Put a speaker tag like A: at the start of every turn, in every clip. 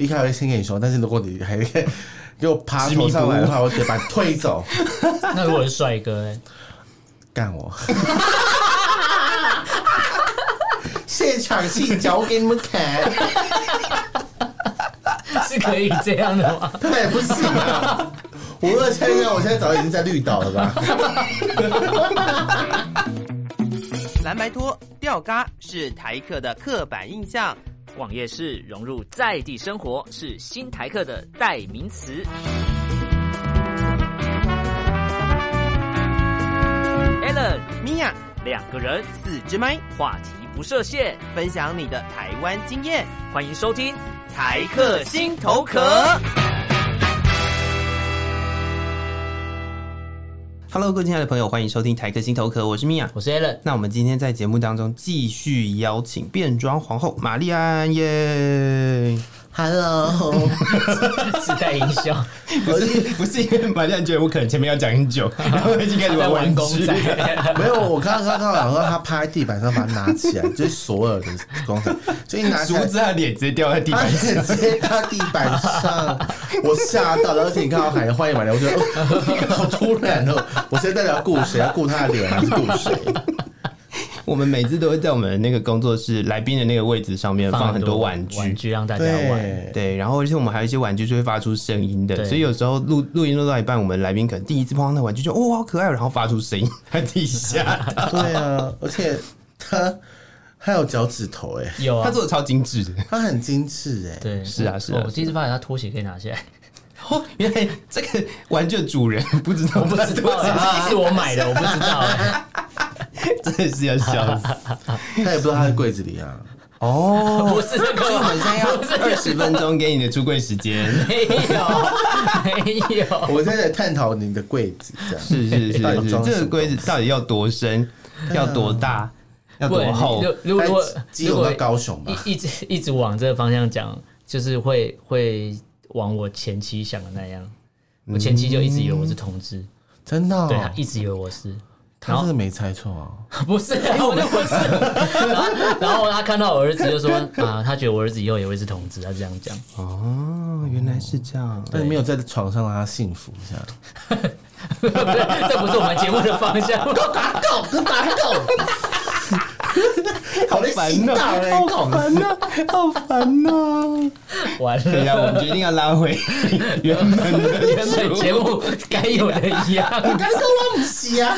A: 立刻会先跟你说，但是如果你还 给我爬头上来的话，我直接把你推走，
B: 那如果是帅哥 呢？
A: 干我！ 现场戏脚给你们看，
B: 是可以这样的吗？
A: 当然也不行啊！我如果现在，我现在早已经在绿岛了吧？
C: 蓝白拖、吊嘎是台客的刻板印象。
D: 逛夜市融入在地生活是新台客的代名词。Allen
C: 米娅，
D: 两个人，
C: 四支麦，
D: 话题不设限，
C: 分享你的台湾经验，
D: 欢迎收听《
C: 台客心头壳》。Hello，各位亲爱的朋友，欢迎收听台客心头壳，我是米娅。
B: 我是 Alan，
C: 那我们今天在节目当中继续邀请变装皇后玛丽安耶
A: Hello，
B: 自带音效，
C: 不是不是因为玛丽安觉得我可能前面要讲很 久，然后已经开
B: 他在玩公仔，
A: 没有，我刚刚刚想说他趴在地板上把它拿起来，就是所有的光彩，就一拿起来，
C: 他脸直接掉在地
A: 他是直接到地板上，我吓到了，而且你看到喊欢迎买来，我觉得、哦、好突然哦！我现在到底要顾谁？要顾他的脸还是顾谁？
C: 我们每次都会在我们那个工作室来宾的那个位置上面放很多玩具，
B: 玩具让大家玩。
A: 对，
C: 对，然后而且我们还有一些玩具是会发出声音的，
B: 对
C: 所以有时候录录音录到一半，我们来宾可能第一次碰到那玩具就哦好可爱哦，然后发出声音，还自己吓到。
A: 对啊，而且他还有脚趾头哎、
B: 有
C: 他
B: 啊，
C: 做的超精致的，
A: 他很精致哎、
B: 对，
C: 是啊是啊
B: 哦我第一次发现他拖鞋可以拿下 来，
C: 哦，原来这个玩具的主人 不知道，
B: 我不知道欸，是我买的，我不知道欸。
C: 真的是要笑死。
A: 他也不知道他在柜子里啊。
C: 哦，
B: 不是这
C: 所以
B: 个
C: 我
B: 吗，
C: 们现在要二十分钟给你的出柜时间，
B: 没 有，没有，
A: 我现在在探讨你的柜子，这样
C: 是是
A: 到
C: 是
A: 底
C: 是，
A: 装什么
C: 这个柜子到底要多深，要多大，要多厚
B: 不，如如果
A: 但基
B: 如
A: 隆
B: 果
A: 到高雄吧，
B: 一一直一直往这个方向讲，就是会会往我前妻想的那样。我前妻就一直以为我是同志，
A: 真的、哦
B: 对她一直以为我是，
A: 他真的没猜错啊。
B: 不是，我就不是。然后然后她看到我儿子就说啊，她觉得我儿子以后也会是同志，她这样讲。
C: 哦，原来是这样。
A: 但你没有在床上让他幸福一下，
B: 这不是我们节目的方向。
A: 够跟打 够，好哦
C: 烦
A: 心
C: 呐、
A: 大人
C: 好烦呐、好烦呐、
B: 完了，
C: 对呀，我们决定要拉回 原本 的原
B: 所
C: 本
B: 以节目该有的一 样
A: 干够了不是啊？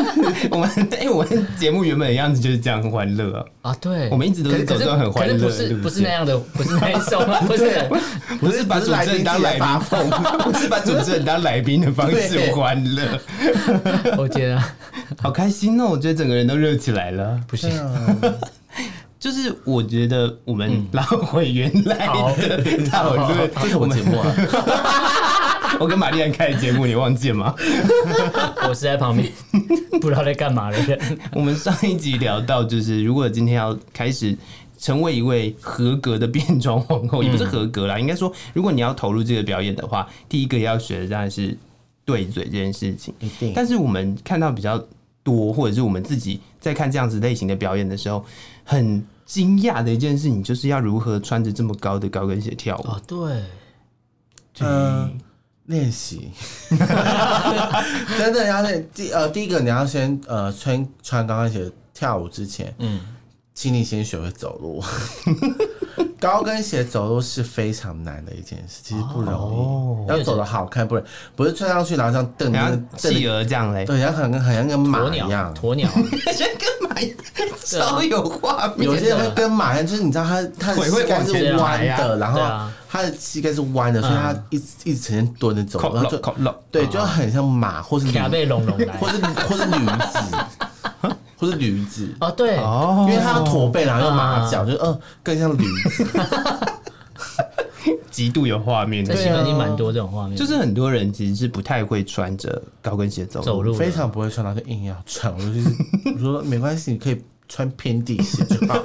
C: 我们哎、我们节目原本的样子就是这样很欢乐啊，
B: 啊。对，
C: 我们一直都是走
B: 可
C: 这种很欢乐
B: 可
C: 的
B: 是不是
C: 路线，
B: 不是那样的，不是那一种 啊，不是。
C: 不是把
A: 不
C: 主
A: 哎是来
C: 持
A: 宾
C: 人当来
A: 自己来发
C: 宾， 不是把主持人当来宾的方式
A: 对
C: 欢乐，
B: 我觉得啊
C: 好开心哦！我觉得整个人都热起来了。
B: 不行。
A: 啊
C: 就是我觉得我们拉回原来
B: 好
C: 的 讨论，
A: 嗯这是我节目啊，
C: 我跟玛丽安开的节目，你忘记了 吗？
B: 我是在旁 边不知道在干嘛的人。
C: 我们上一集聊到，就是如果今天要开始成为一位合格的变装皇后，也不是
A: 嗯
C: 合格啦，应该说，如果你要投入这个表演的话，第一个要学的当然是对嘴这件事情。
A: 一定。
C: 但是我们看到比较多，或者是我们自己在看这样子类型的表演的时候，很惊讶的一件事情，就是要如何穿着这么高的高跟鞋跳舞。
B: 哦，对，
A: 嗯，练习， 真的要练。第呃，第一个你要先呃穿穿高跟鞋跳舞之前，嗯，请你先学会走路。 高跟鞋走路是非常难的一件事，其实不容易，要走的好看，不然不是穿上去然后像蹬
C: 然
A: 那
C: 后
A: 个蹬
C: 企
A: 的，
C: 鹅这 样嘞，
A: 对，然后很很像跟马
B: 鸵
A: 一样
B: 鸟，。鸵鸟，
C: 像跟马超有画面。
A: 有些人会跟马一样，就是你知道他他的
C: 腿会
A: 膝盖
C: 往前
A: 是弯
C: 抬啊
A: 的，然后
B: 对啊
A: 他的膝盖是弯的，所以他一直一直呈现蹲着走，
C: 靠
A: 然后
C: 拢
A: 就
C: 靠拢，
A: 对，就很像马或是驴
B: 卡被龙龙来
A: 或。是或是驴子， 或是驴子，
B: 哦，对，
C: 哦
A: 因为它的驼背然后用马
B: 啊
A: 脚，就嗯更像驴 子。
C: 极度有画面
B: 在
C: 的，
B: 西门
A: 啊
B: 町蛮多这种画面，
C: 啊就是很多人其实是不太会穿着高跟鞋走
B: 走路的
A: 非常不会穿，然后就硬要穿。我就是我说没关系，你可以穿平底鞋就 好，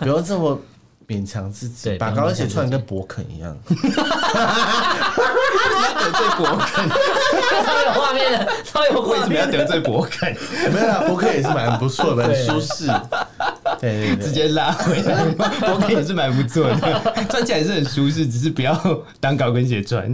A: 不要这么勉强自己，
B: 对
A: 把
B: 不要
A: 高跟
B: 勉
A: 鞋
B: 强
A: 穿的
B: 自己
A: 跟勃肯一样。
C: 得罪博肯，
B: 超有画面的，超有
C: 为
B: 画
C: 什么要
B: 面 的。
A: 啊
C: 得罪博肯？
A: 没有啦，勃肯也是蛮不错的，蛮
B: 对
A: 舒适。对对对，
C: 直接拉回来，我感也是蛮不错 的，穿起来是很舒适，只是不要当高跟鞋 穿。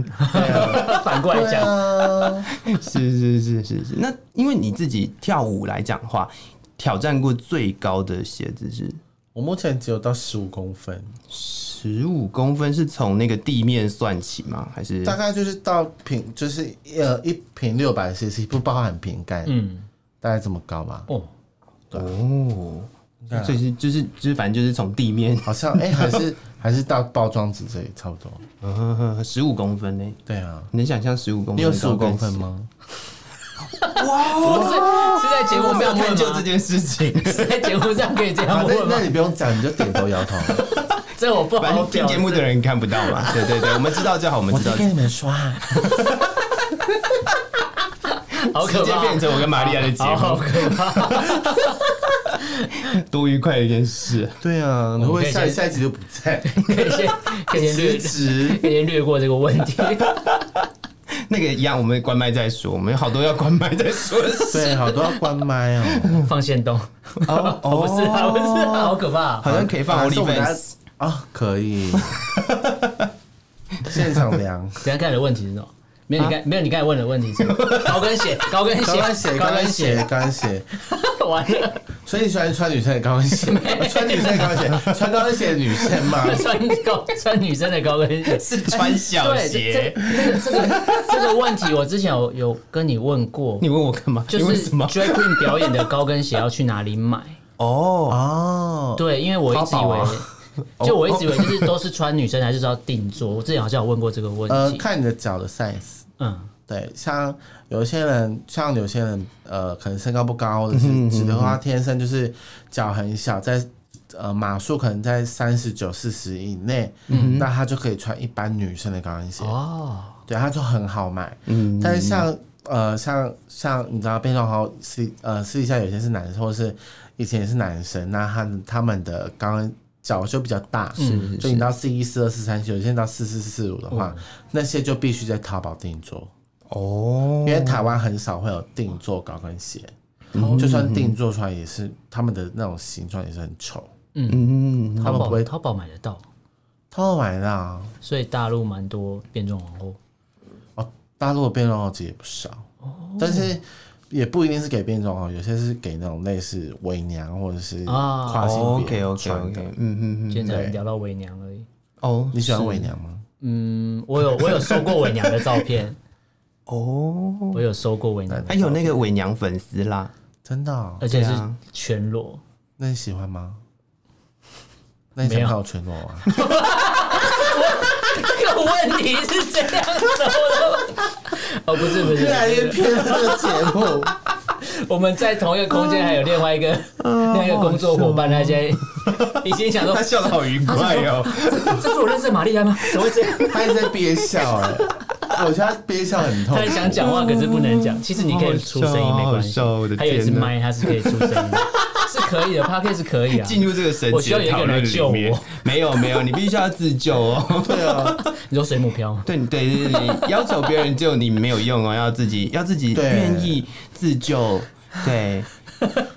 B: 反过来
A: 对
B: 讲，
A: 啊，
C: 是是是是是。那因为你自己跳舞来讲话，挑战过最高的鞋子是
A: 我目前只有到十五公分，
C: 十五公分，是从那个地面算起吗？还是
A: 大概就是到瓶，就是呃一瓶六百 CC，不包含瓶盖，
B: 嗯，
A: 大概这么高吧。
B: 哦，
C: 哦？所以是就是就是反正就是从地面
A: 好像哎、还 是还是到包装纸这里差不多。
C: 十五公分呢？
A: 对啊，
C: 你能想象十五公分？
A: 你有十五公分？吗？
B: 不是是在节
C: 我
B: 目
C: 没有
B: 上
C: 探
B: 问
C: 究这
B: 吗？
C: 件事情，
B: 是在节目上可以这
A: 啊
B: 样，
A: 那
B: 问吗
A: 那？你不用讲，你就点头摇 头。
B: 这我不
C: 反
B: 好
C: 正听
B: 表
C: 节目的人看不到嘛。 对对对，我们知道就好，我们
A: 我
C: 知道
A: 在
C: 就
A: 跟你们说啊，
B: 好
C: 直
B: 可
C: 接
B: 怕，
C: 变成我跟玛利亚的节
B: 好好
C: 目，
B: 可怕。
C: 多愉快的一件事。
A: 对啊，如果
B: 可以
A: 下
B: 先
A: 下一集就不 在，
B: 可以先可以先略
C: 辞职
B: 可以先略过这个问 题。
C: 那个一样，我们关麦再说，我们有好多要关麦再说的事。
A: 对，好多要关麦 哦。
B: 放线动，
C: 哦
B: 不是啊，不是啊，好可怕啊。
C: 好像可以放
A: 还
C: o
A: 是
C: n
A: 我
C: l
A: 们
C: y
A: 大
C: f
A: 家啊，可 以，现场量。
B: 等一下看你的问题是什么？没有你
C: 啊
B: 刚没有你刚才问的问题是什么高跟鞋，高跟鞋，
A: 高跟 鞋，高跟鞋，高跟鞋。
B: 高跟鞋，完了
A: 所以你喜欢穿女生的高跟 鞋，穿女生的高跟鞋，穿高跟鞋的女生嘛？
B: 穿高穿女生的高跟鞋。
C: 是穿 小
B: 对，
C: 鞋
B: 这。这这个这个这个问题，我之前有有跟你问过，
C: 你问我干嘛？
B: 就
C: 你问
B: 是
C: 什么？
B: drag queen 表演的高跟鞋要去哪里买？
C: 哦，
A: 哦，
B: 对，因为我一直以
C: 淘宝
B: 为
C: 啊，
B: 就我一直以为就是都是穿女生还是要定做。我之前好像有问过这个
A: 呃
B: 问，题。
A: 看你的脚的 size。
B: 嗯，
A: 对，像有些人，像有些人，呃，可能身高不高，或者是直的话，天生就是脚很小，在呃码数可能在三十九、四十以内，那他就可以穿一般女生的高跟鞋，
B: 哦，
A: 对，他就很好买。
C: 嗯
A: 但是像呃像像你知道变装皇后私呃私底下有些是男生，或是以前也是男生，那他他们的刚刚脚就比较大，
C: 是嗯
A: 就你到四一、四二、四三、有些到四四、四五的话，那些就必须在淘宝定做，
C: 哦
A: 因为台湾很少会有定做高跟鞋，
C: 嗯
A: 就算定做出来也是他们的那种形状也是很丑，
C: 嗯，
A: 他
B: 淘
A: 们不
B: 宝
A: 会
B: 淘宝买得到，
A: 偷买的、啊、
B: 所以大陆蛮多变装皇后。
A: 哦，大陆的变装皇后也不少，但是也不一定是给变装哦，有些是给那种类似伪娘或者是
B: 啊
A: 跨性别
C: OK OK
A: 穿的
C: OK，。嗯嗯嗯，
B: 现在
A: 对
B: 聊到伪娘而已。
C: 哦，
A: 你喜欢
C: 是
A: 伪娘吗？
B: 嗯，我有我有收过伪娘的照 片，
C: 哦，
B: 我有收过伪娘的，
C: 还有那个伪娘粉丝啦，
A: 真的哦、
B: 而且是
C: 对啊
B: 全裸。
A: 那你喜欢吗？ 那你想
B: 没有
A: 看我全裸啊吗？
B: 这个问题是这样走的吗？哦，不是不是，
A: 越来越偏了这个节 目。
C: 哦
B: 我们在同一个空间还有另外一个另外一个工作伙伴，他现在已经想说
C: 他，笑得好愉快哦。
B: 这是我认识的玛丽安吗？怎么会这样？
A: 他一直在憋笑 哎、我觉得他憋笑很痛
B: 他。想讲话，可是不能讲。其实你可以出声音，没关系
C: 好好笑我的。
B: 还有一只
C: 天哪
B: 麦，它是可以出声 音的，是可以的 p o d c a 是可以啊。
C: 进入这个神
B: 我
C: 奇
B: 需要有
C: 的
B: 一个
C: 讨
B: 人
C: 论
B: 来救
C: 里
B: 我
C: 面，没有没有，你必须要自救哦。
A: 对啊，
B: 你说水母漂吗？
C: 对你对对对，你要求别人救你没有用哦，要自己要自己
A: 对哎
C: 愿意自救。对，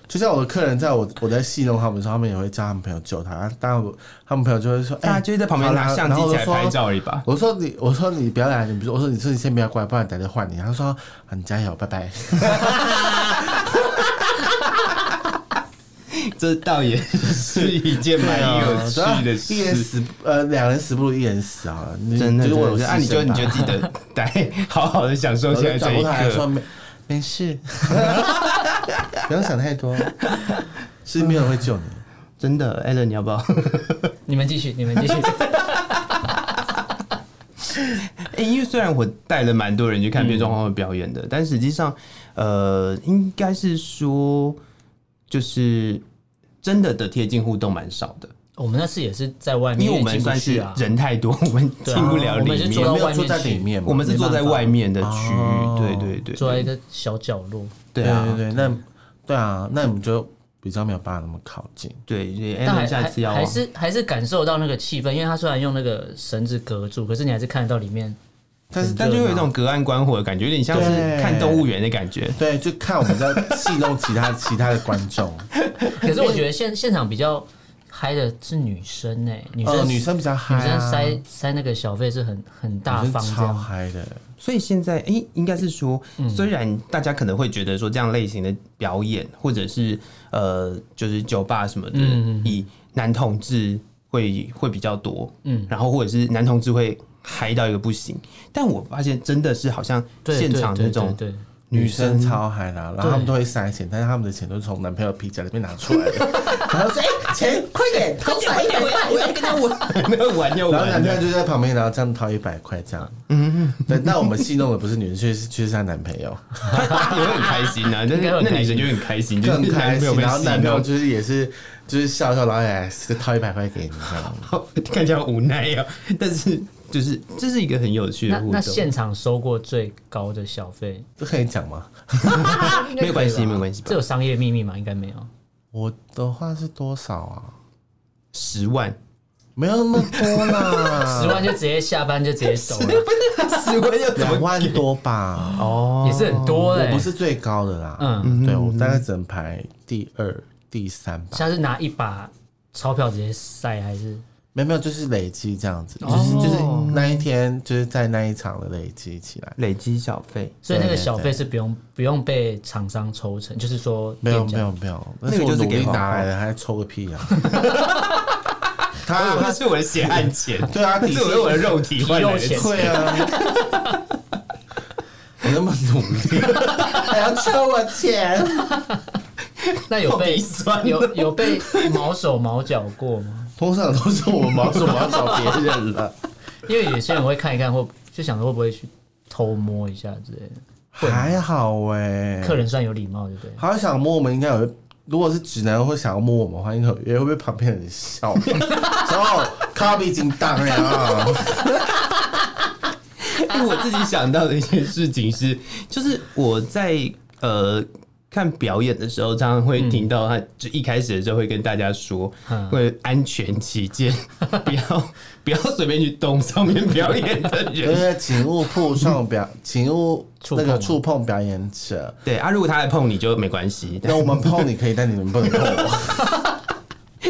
A: 就像我的客人在我我在戏弄他们的时候，他们也会叫他们朋友救他，但我他们朋友就会说，哎、
C: 大家就是在旁边拿
A: 好啦
C: 相机起来
A: 然后我就
C: 拍
A: 说
C: 照而已
B: 啊
C: 吧。
A: 我说你，我说你不要来，你不是我说你说你先不要过来，不然等下就换你。他说啊你加油，拜拜。
C: 这倒也是一件蛮
A: 啊
C: 有趣的
A: 一人
C: 事。
A: 死不呃两人死不如一人死好了。你
C: 真的，
A: 就是我有
C: 真的啊，你就你就记得 待，好好的享受
A: 我
C: 现在
A: 就
C: 这
A: 转
C: 一
A: 过头来说
C: 刻。
A: 没没事，不用想太多，是没有人会救你。
C: 真的 a l l n 你要不要？
B: 你们继续，你们 继续。
C: 哎、因为虽然我带了蛮多人去
A: 嗯
C: 看变装皇后表演的，但实际上，呃，应该是说，就是真的的贴近互动蛮少的，
B: 我们那次也是在外面，
C: 因为我们
B: 进不
C: 算
B: 去
C: 是
B: 啊。
C: 人太多，我们进
B: 对啊
C: 不了里
B: 我们是
C: 面。
B: 坐到
A: 没有
B: 外
A: 坐
B: 面
A: 在
B: 去
A: 里面嘛，
C: 我们是
A: 没
C: 坐
A: 办
C: 在
A: 法
C: 外面的区域，
A: 哦
C: 对对对，
B: 坐在一个小角落，
C: 对
A: 对对
C: 啊，
A: 对，那对啊，那你们就比较没有办法那么靠近。
C: 对对。a
B: 但
C: l l
B: 还
C: n 下次要
B: 还还 是还是感受到那个气氛，因为他虽然用那个绳子隔住，可是你还是看得到里面
A: 但是
B: 很
C: 但就
B: 热
C: 有一
B: 闹
C: 种隔岸观火的感觉，有点像是
A: 对
C: 看动物园的感觉。
A: 对，就看我们在戏弄其他其他的观众，
B: 可是我觉得现现场比较嗨的是女生哎、女生、
A: 呃，女生比较嗨、
B: 女
A: 啊，
B: 生塞塞那个小费是很很大
A: 女生
B: 方这
A: 超
B: 样，
A: 嗨的，
C: 所以现在，诶，应该是说，虽然大家可能会觉得说这样类型的表演，或者是呃，就是酒吧什么的，以男同志会会比较多，嗯，然后或者是男同志会嗨到一个不行，但我发现真的是好像
B: 对
C: 现
B: 对
C: 场
B: 对
C: 那 种
B: 对对
A: 女
C: 女
A: 生
C: 生
A: 超嗨的啊、然后他们
B: 对
A: 都会塞钱，但是他们的钱都是从男朋友皮夹里面拿出来 的，然后说：“哎、钱快点，掏出来一百块。”
C: 玩又
A: 然后
C: 玩
A: 男朋友
C: 的，
A: 就在旁边，然后这样掏一百块这样。嗯，对。但我们戏弄的不是女人，却是却是她男朋友，
C: 他他也会很开心啊，但
B: 应
C: 是
B: 该会很
C: 那
B: 开
C: 女
B: 心
C: 生就很开心，就是
A: 更开
C: 男朋友
A: 心。
C: 被
A: 然后
C: 戏
A: 男朋友
C: 弄
A: 就是也是就是笑笑，然后也是掏一百块给你这样。
C: 看起来很无奈啊，但是就是这是一个很有趣的
B: 那
C: 互动，
B: 那现场收过最高的小费，
A: 这可以讲吗？
B: 应该可以吧
C: 没有关系，没有关系吧
B: 这，有商业秘密吗？应该没有。
A: 我的话是多少啊？
C: 十万。
A: 没有那么多
B: 十
A: 啦，
B: 万就直接下班就直接走了，
C: 十万要
A: 两万多吧。
C: 哦，
B: 也是很多哎、
A: 我不是最高的啦。
B: 嗯
A: 嗯，对我大概只能排第二、第三吧。
B: 下次拿一把钞票直接塞还是？
A: 没有没有，就是累积这样子，就
B: 哦
A: 是就是那一天就是在那一场的累积起来。
C: 累积小费，
B: 所以那个
A: 对对
B: 小费是不用不用被厂商抽成，就是说
A: 没有
B: 店家
A: 没有没有，那
C: 个
A: 是我
C: 就是
A: 努
C: 给
A: 力
C: 黄
A: 拿
C: 黄
A: 来的，还抽个 屁啊！他
C: 啊那
A: 他
C: 是我的血汗钱，
A: 啊对啊，
C: 那
A: 底
C: 是
A: 薪
C: 我用我的肉体换
B: 皮肉
C: 来的
B: 钱。
A: 会 啊，我那么努力， 还要抽我钱？
B: 那有
C: 好
B: 被
C: 鼻酸哦
B: 有有被毛手毛脚过吗？
A: 通常都是我忙着我要找别人了，
B: 因为有些人会看一看，或就想着会不会去偷摸一下之类的。
A: 还好哎、
B: 客人算有礼貌，对不对？
A: 他会想摸我们，应该有。如果是直男会想要摸我们的话，应该有也会被旁边人 笑。然后咖啡已经当然啊，
C: 因为我自己想到的一件事情是，就是我在呃看表演的时候，常常
A: 嗯
C: 会听到他就一开始的时候会跟大家说，
B: 嗯
C: 为安全起见，不要不要随便去动上面表演的
A: 就
C: 人。
A: 是请勿碰撞 表，请勿
B: 触
A: 那
B: 碰
A: 个触碰表演者。
C: 对啊，如果他来碰你就没关系，
A: 那我们碰你可以，但你们不能碰 我。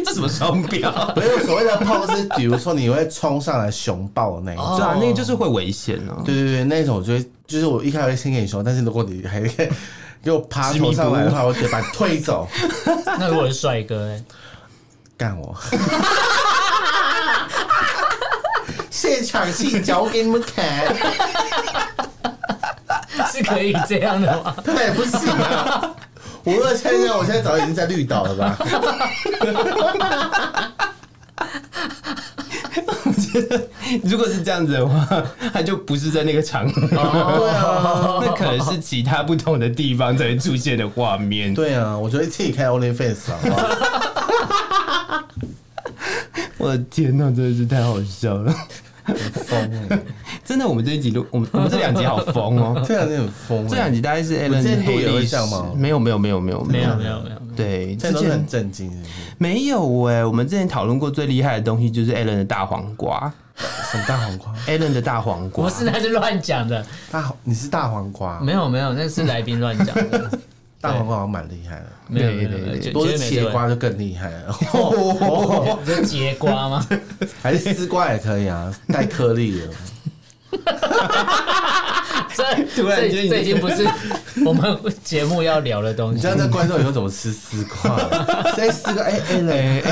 C: 这什么双 标？
A: 没有所谓的碰是，比如说你会冲上来熊抱的那一种。
B: 哦
C: 对啊，那个就是会危险哦。
A: 对对对，那种就会就是我一开始会先给你说，但是如果你还给我爬
C: 执迷
A: 头
C: 不
A: 上来的
C: 悟
A: 话，我直接把你推 走，
B: 那如果是帅哥、欸，
A: 干我。现场戏脚给你们看，
B: 是可以这样 的吗？
A: 他也不行啊。我如果现在，我现在早已经在绿岛了 吧？
C: 如果是这样子的话，他就不是在那个场合，
A: 对啊，
C: 那可能是其他不同的地方才会出现的画 面。
A: 对啊，我觉得自己开 OnlyFans 啊好不好？
C: 我的天呐，真的是太好笑了！
A: 疯哎，
C: 真的，我们这一集录，我们我们这两集好 疯哦、
A: 这两天很疯欸，
C: 这两集大概是 a l a
A: 之前录
C: n 黑
A: 也会
C: 历史
A: 这样吗
C: 没有没有没有没有
B: 没有没有没有，没有
C: 对，
A: 这
C: 之
A: 都是
C: 前
A: 很震惊，是不是
C: 没有哎、我们之前讨论过最厉害的东西就是 a l a n 的大黄瓜
A: 什么大黄瓜？
C: a l a n 的大黄瓜
B: 不是，那是乱讲的。
A: 大黄，你是大黄瓜？
B: 没有没有，那是来宾乱讲的。
A: 大黄瓜好像蛮厉害的，
B: 没有没
C: 对
B: 有没有，
C: 对对
B: 绝
A: 多
B: 绝
A: 是
B: 对没这
A: 茄
B: 个
A: 瓜就更厉害了，
B: 你说节瓜吗？
A: 还是丝瓜也可以啊，带颗粒的。
B: 这
C: 突然
B: 这
C: 间
B: 这已经不是我们节目要聊的东
A: 你
B: 西
A: 知。道这观众以后怎么吃丝 瓜？现在丝瓜哎哎嘞，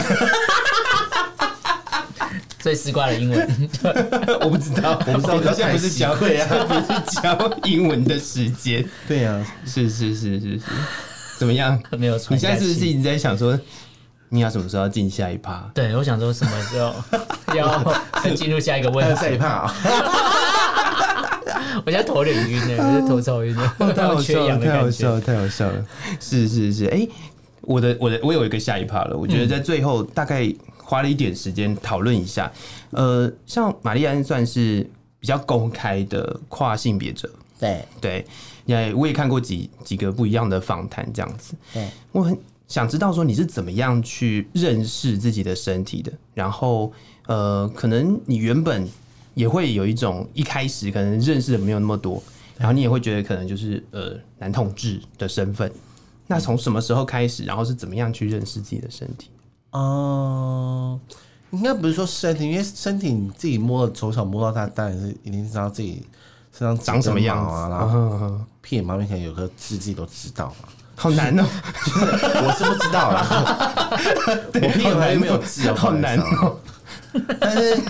B: 所以丝瓜的英文
C: 我不知道，我不
A: 知道
C: 现在不是教
A: 太奇怪啊
C: 不是教英文的时间，
A: 对啊呀、
C: 是是是是是，怎么样？
B: 没有传
C: 你现
B: 下
C: 在是不是一
B: 去。
C: 直在想说，你要什么时候要进下一趴？
B: 对，我想说什么时 候要要进入下一个
A: 还
B: 问
A: 有
B: 题
A: 这？一趴啊，
B: 我现在头有点晕呢，我是头超晕 的，我 缺氧的
C: 哦太好
B: 感
C: 笑
B: 觉。
C: 了，太好笑了！是是是，哎、我的我的我有一个下一趴了，我觉得在最后大概花了一点时间讨论一下。呃，像玛丽安算是比较公开的跨性别者，
A: 对
C: 对，也我也看过几几个不一样的访谈，这样子，
A: 对，
C: 我很想知道说你是怎么样去认识自己的身体的，然后呃，可能你原本也会有一种一开始可能认识的没有那么多，然后你也会觉得可能就是呃男同志的身份。那从什么时候开始，然后是怎么样去认识自己的身体？
A: 哦、应该不是说身体，因为身体你自己摸了，从小摸到大，当然是一定知道自己身上
C: 长什么样子
A: 啊，然后
C: 啊，
A: 屁眼旁边可能有个痣，自己都知道嘛。
C: 好难哦、
A: 我是不知道啦， 我屁眼旁边没有痣哦，
C: 好难
A: 不好意思啊
C: 哦、
A: 但是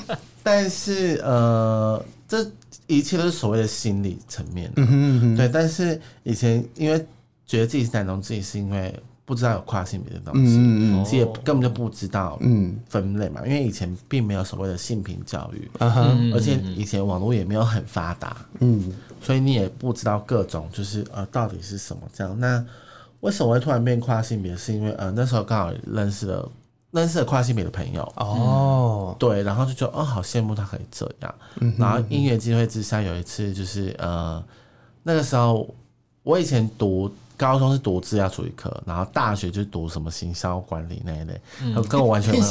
A: 但是呃，这一切都是所谓的心理层面、嗯哼对，但是以前因为觉得自己是男同志，是因为不知道有跨性别的东西，
C: 嗯
A: 其实也根本就不知道
C: 嗯
A: 分类嘛，因为以前并没有所谓的性平教育，
C: 啊哈，
B: 嗯
A: 而且以前网络也没有很发达，
C: 嗯
A: 所以你也不知道各种就是呃到底是什么这样。那为什么会突然变跨性别？是因为呃那时候刚好认识了认识了跨性别的朋友，
C: 哦，
A: 对，然后就觉得哦，好羡慕他可以这样。然后因缘机会之下，有一次就是呃，那个时候我以前读高中是读资料处理科，然后大学就读什么行销管理那一类，跟我完全没有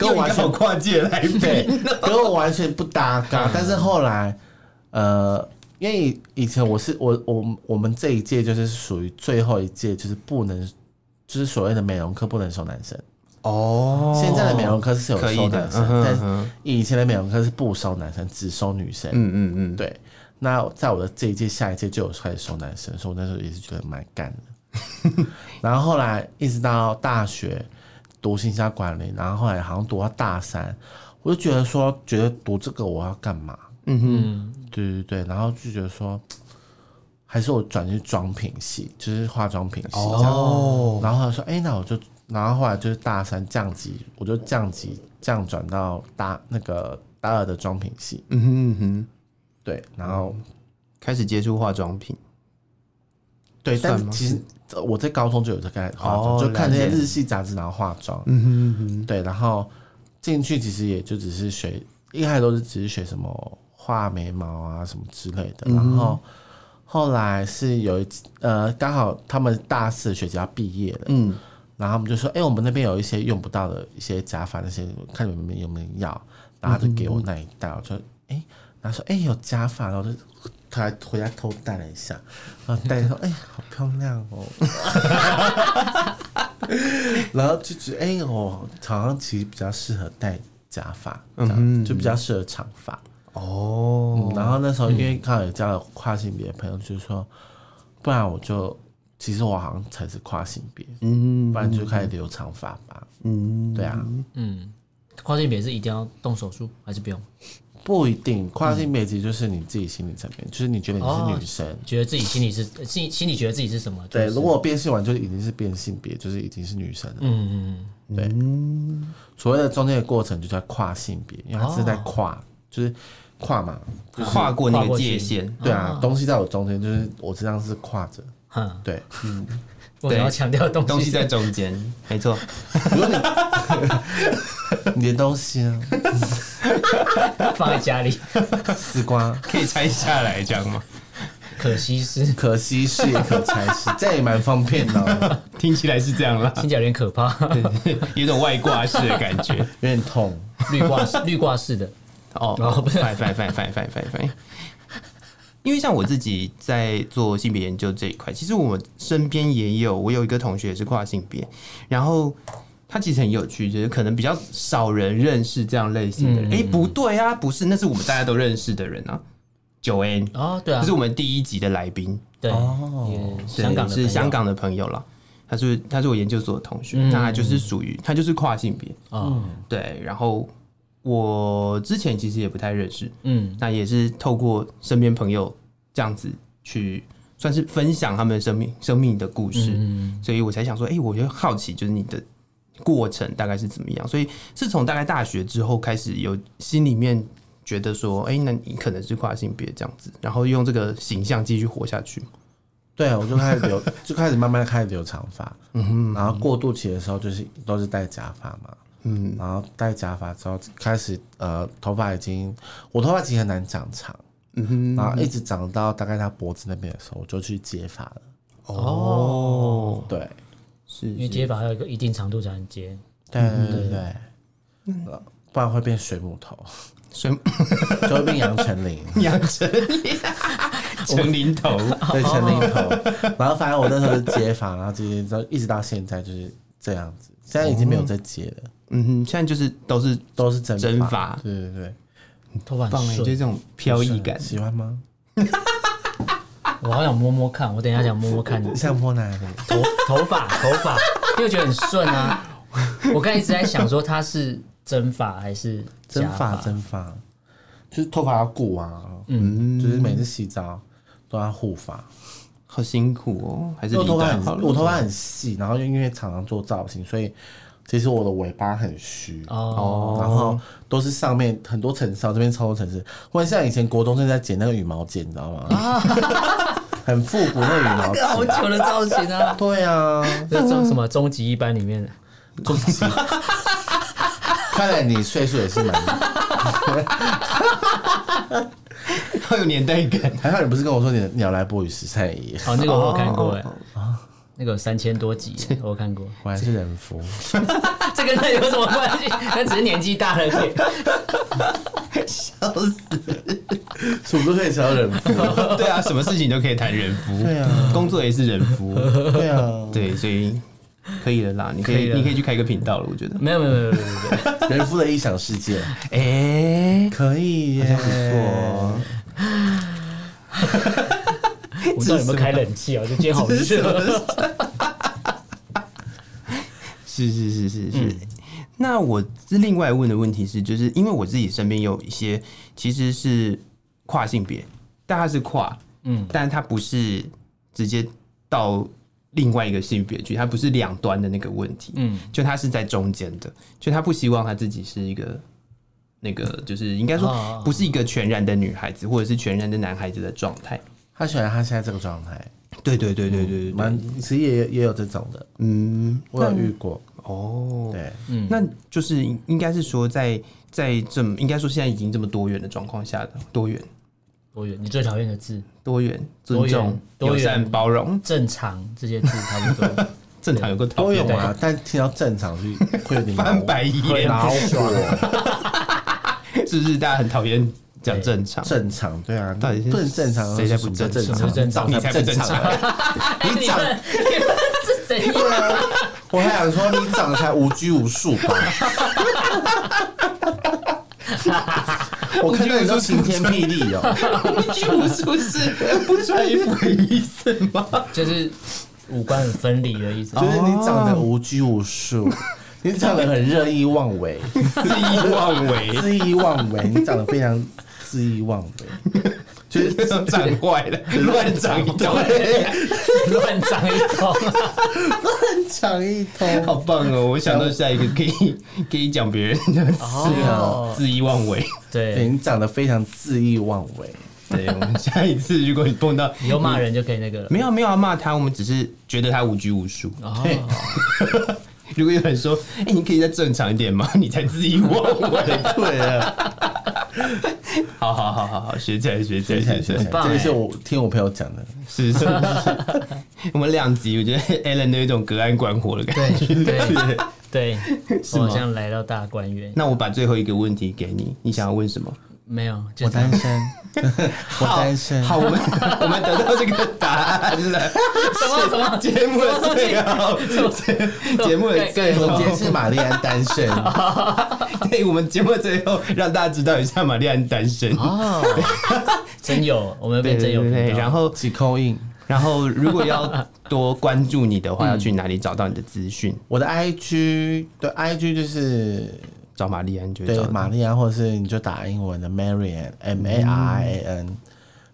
A: 跟我 完全
C: 跨界来
A: 对，跟我完全不搭
C: 嗯
A: 嘎。但是后来呃。因为以以前我是我我我们这一届就是属于最后一届，就是不能，就是所谓的美容科不能收男生。
C: 哦，
A: 现在的美容科是有
C: 可
A: 收
C: 以的
A: 男，生
C: 嗯，哼
A: 但
C: 嗯哼
A: 以前的美容科是不收男生，只收女生。
C: 嗯嗯嗯，
A: 对，那在我的这一届、下一届就有开始收男生，所以我那时候也是觉得蛮干的。 然后后来一直到大学读行销管理，然后后来好像读到大三，我就觉得说，觉得读这个我要干嘛？
C: 嗯哼，
B: 嗯，
A: 对对对，然后就觉得说，还是我转去妆品系，就是化妆品系这样。
C: 哦，
A: 然后他说，哎、那我就，然后后来就是大三降级，我就降级降转到大那个大二的妆品系，
C: 嗯哼嗯哼，
A: 对，然后
C: 开始接触化妆品，
A: 对，
C: 算
A: 但
C: 吗
A: 其实呃我在高中就有在开始化妆，
C: 哦
A: 就看那些
C: 了解
A: 日系杂志，然后化妆，
C: 嗯哼嗯哼，
A: 对，然后进去其实也就只是学，一开始都是只是学什么画眉毛啊什么之类的，
C: 嗯
A: 然后后来是有一次呃，刚好他们大四的学姐要毕业了，
C: 嗯
A: 然后他们就说：“哎、我们那边有一些用不到的一些假发，那些看你们有没有要。”然后他就给我那一袋，我就哎、然后说：“哎、有假发。”然后我就他回家偷戴了一下，然后戴上说：“哎、好漂亮哦。” 然后就觉得：“哎、我好像其实比较适合戴假发，这样、
C: 嗯哼
A: 就比较适合长发。”嗯
C: 哦，
A: 然后那时候因为刚好有交了跨性别的朋友，就说，不然我就其实我好像才是跨性别，
C: 嗯
A: 不然就开始留长发吧。
C: 嗯，
A: 对啊，
B: 跨性别是一定要动手术还是不用？
A: 不一定，跨性别其实就是你自己心理层面，就是你觉得你是女生。
B: 觉得自己心里是心心里觉得自己是什么？
A: 对，
B: 就是
A: 如果变性完就已经是变性别，就是已经是女生了。
B: 嗯
A: 对，所谓的中间的过程就叫跨性别，因为它是在跨，就是跨嘛。
C: 跨过那
B: 跨
C: 个
B: 过去
C: 界限，
A: 对啊，东西在我中间，就是我身上是跨着。
B: 哼，
A: 对，
B: 我想要
C: 对
B: 强调东
C: 东西在
B: 在
C: 中间，没错，
A: 你的东西啊，
B: 放在家 里，
A: 丝瓜。
C: 可以拆下来这样吗？
B: 可惜是
A: 可惜是也可拆 是，这样也蛮方便的哦、
C: 听起来是这样啦，
B: 听起来有点可怕。
C: 有种外挂式的感 觉。
A: 有点痛。
B: 绿挂式绿挂式的，
C: 哦，
B: 哦不是
C: 反反反反反反反。因为像我自己在做性别研究这一块，其实我身边也有，我有一个同学也是跨性别，然后他其实很有趣，就是可能比较少人认识这样类型的人。
B: 嗯
C: 哎、不对啊，不是，那是我们大家都认识的人啊，九 N，
B: 哦，对啊
C: 这是，我们第一集的来宾，
B: 对，
A: 哦
B: 也
C: 对
B: 香港的
C: 是
B: 朋友
C: 香港的朋友了。他是他是我研究所的同
B: 嗯
C: 学，那他就是属于他就是跨性别，
B: 哦，
C: 对。然后我之前其实也不太认识，
B: 嗯
C: 那也是透过身边朋友这样子去，算是分享他们生命生命的故事，
B: 嗯
C: 所以我才想说，哎、我就好奇，就是你的过程大概是怎么样？所以是从大概大学之后开始有心里面觉得说，哎、那你可能是跨性别这样子，然后用这个形象继续活下去。
A: 对，啊我就开始留， 就开始慢慢开始留长发。然后过渡期的时候，就是都是戴假发嘛。嗯，然后戴假发之后，开始呃，头发已经，我头发其实很难长长，
C: 嗯
A: 然后一直长到大概到脖子那边的时候，我就去接发了。
C: 哼，哦，
A: 对，
C: 是
B: 因为接法还有一个一定长度才能接，
A: 对对对对，呃不然会变水母头。
C: 所以
A: 就会变杨丞琳，
C: 养成成零头，
A: 对丞琳头。然后反正我那时候是接发，然后接接到一直到现在就是这样子，现在已经没有在接了，
C: 嗯哼，现在就是都是
A: 都是真
C: 真
A: 发
C: 发。
A: 对对对，
B: 头发
C: 棒
B: 很
C: 哎，就这
B: 顺，
C: 种飘逸感。
A: 喜欢吗？
B: 我好想摸摸看，我等一下想摸摸看
A: 你想摸哪里？
B: 头 头发头发，因为我觉得很顺啊。我刚才一直在想说它是真发还是假
A: 真发真发，就是头发要顾啊，嗯，就是每次洗澡都要护发。
C: 好辛苦哦，还是
A: 因为我
C: 理
A: 头发
C: 戴好
A: 很
C: 了。
A: 我 头发很细，然后又因为常常做造型，所以其实我的尾巴很虚。
B: 哦，
A: 然后都是上面很多层次，这边超多层次。忽然像以前国中正在剪那个羽毛剪，你知道吗？ 很复古啊那个羽毛
B: 这好
A: 剪。
B: 久的造型啊！
A: 对啊，
B: 这种什么终极一班里面的，
A: 终 极。看来你岁数也是蛮……
C: 好有年代感。
A: 还好你不是跟我说你的鸟来波与十三姨，
B: 哦，那个我有看过哎，
A: 哦
B: 那个三千多集我有看过，
A: 果然是人夫。
B: 这跟那有什么关系？那只是年纪大了而已。
A: 什么都可以扯到人夫。
C: 对啊，什么事情都可以谈人夫。
A: 对啊，
C: 工作也是人夫。
A: 对 啊，
C: 对，所以可以了啦，你可
B: 可以
C: 以，
B: 了
C: 你可以去开一个频道了，我觉得。
B: 没有没有没有没有没有，
A: 人夫的异想世界
C: 哎，
A: 可以耶，不哦
C: 错。
B: 我不知道有没有开冷气啊？我就今天好热。
C: 是是是是是。那我另外问的问题是，就是因为我自己身边有一些其实是跨性别，但他是跨，嗯
B: 嗯，
C: 但他不是直接到另外一个性别去，他不是两端的那个问题，嗯
B: 嗯，
C: 就他是在中间的，就他不希望他自己是一个。那个就是应该说
B: 哦
C: 不是一个全然的女孩子，或者是全然的男孩子的状态。
A: 他喜欢他现在这个状态，
C: 对对对对对对，
A: 蛮其实也也有这种的，
C: 嗯，
A: 我有遇过。
C: 哦，
A: 对，
C: 那就是应应该是说在，在这么应该说现在已经这么多元的状况下的多元、
B: 多远？你最讨厌的字？
C: 多元、尊
B: 多元
C: 重、
B: 多
C: 友
B: 元
C: 善、包容，
B: 正常这些字差不 多。
C: 正常有个讨
A: 都有
C: 厌
A: 啊，但听到正常是会 有点恼
C: 翻白眼，
A: 恼
B: 啊
A: 火。
C: 是不是大家很讨厌讲正常？
A: 正常对啊，
C: 到底是
A: 不能正常，
C: 谁才不
A: 正正
C: 正常？
A: 常？
B: 正常
A: 你
C: 你
A: 才不
C: 才
A: 正
C: 不正
A: 常。
C: 常，啊
B: 哎 你
C: 长
B: 们你们是怎样？
A: 对啊，我还想说你长得才无拘无束 吧。我看到你都晴天霹雳哦、
C: 不 是不是不穿衣服的意思吗？
B: 就是五官很分离的意思。
A: 就是你长得无拘无束，
C: 哦
A: 你长得很任意妄 为，
C: 肆意妄为，
A: 恣意妄为，你长得非常恣意妄为，就是
C: 长坏了，乱长一通，
B: 乱长一通，
A: 很长一通。
C: 好棒哦！我想到下一个可以可以讲别人的
A: 是啊，
C: 肆意妄为。
A: 对欸
C: 哎
B: 对，
A: 你长得非常恣意妄为，
C: 对，我们下一次如果你碰到
B: 以后骂人就可以那个了。
C: 没有没有要骂他，我们只是觉得他无拘无束。
A: 对
B: 哦，
C: 如果有人说：“哎、你可以再正常一点吗？”你才自己妄为。
A: 对啊，
C: 好好好好好，学起来学起来学起来
A: 这，
B: 棒
A: 个是
B: 欸
A: 我听我朋友讲的，
C: 是是是。我们两集，我觉得 Alan 都有一种隔岸观火的感
B: 对
C: 觉。
B: 对对，我好
C: 吗
B: 像来到大观园。
C: 那我把最后一个问题给你，你想要问什么？
B: 没有，就
A: 我
B: 这样
A: 单身，我单身，
C: 好，我们 我们得到这个答案了。
B: 什么什么
C: 节目的最后，节目的最后
A: 总，结是玛丽安单身，
C: 对，我们节目的最后让大家知道一下玛丽安单身。
B: 哦，真有，我们
C: 对
B: 变真
C: 对
B: 有
C: 对对，
B: 频
C: 然
B: 道。
C: 后
A: 几扣印。
C: 然后，如果要多关注你的话，要去哪里找到你的资讯？
A: 我的 IG 对 IG 就是
C: 找玛丽安就会
A: 对
C: 找
A: 玛
C: 到。
A: 丽安，或者是你就打英文的 Marian M A R I A N，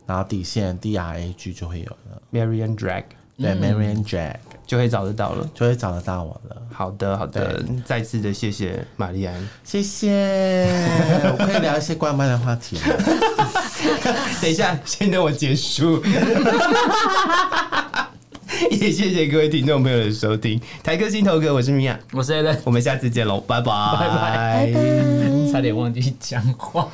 A: 然后底线 D R A G 就会有了。
C: Mary and Drag
A: 对，Marian Jack
C: 就会找得到了。
A: 就会找得到我了。
C: 好的，好的，再次的谢谢玛丽安。
A: 谢谢，我可以聊一些关麦的话题吗。
C: 等一下， 先等我结束。 也谢谢各位听众朋友的收听，台哥心头哥，我是米娅，
B: 我是 a l
C: 我们下次见喽，拜 拜
B: 拜差点忘记讲话。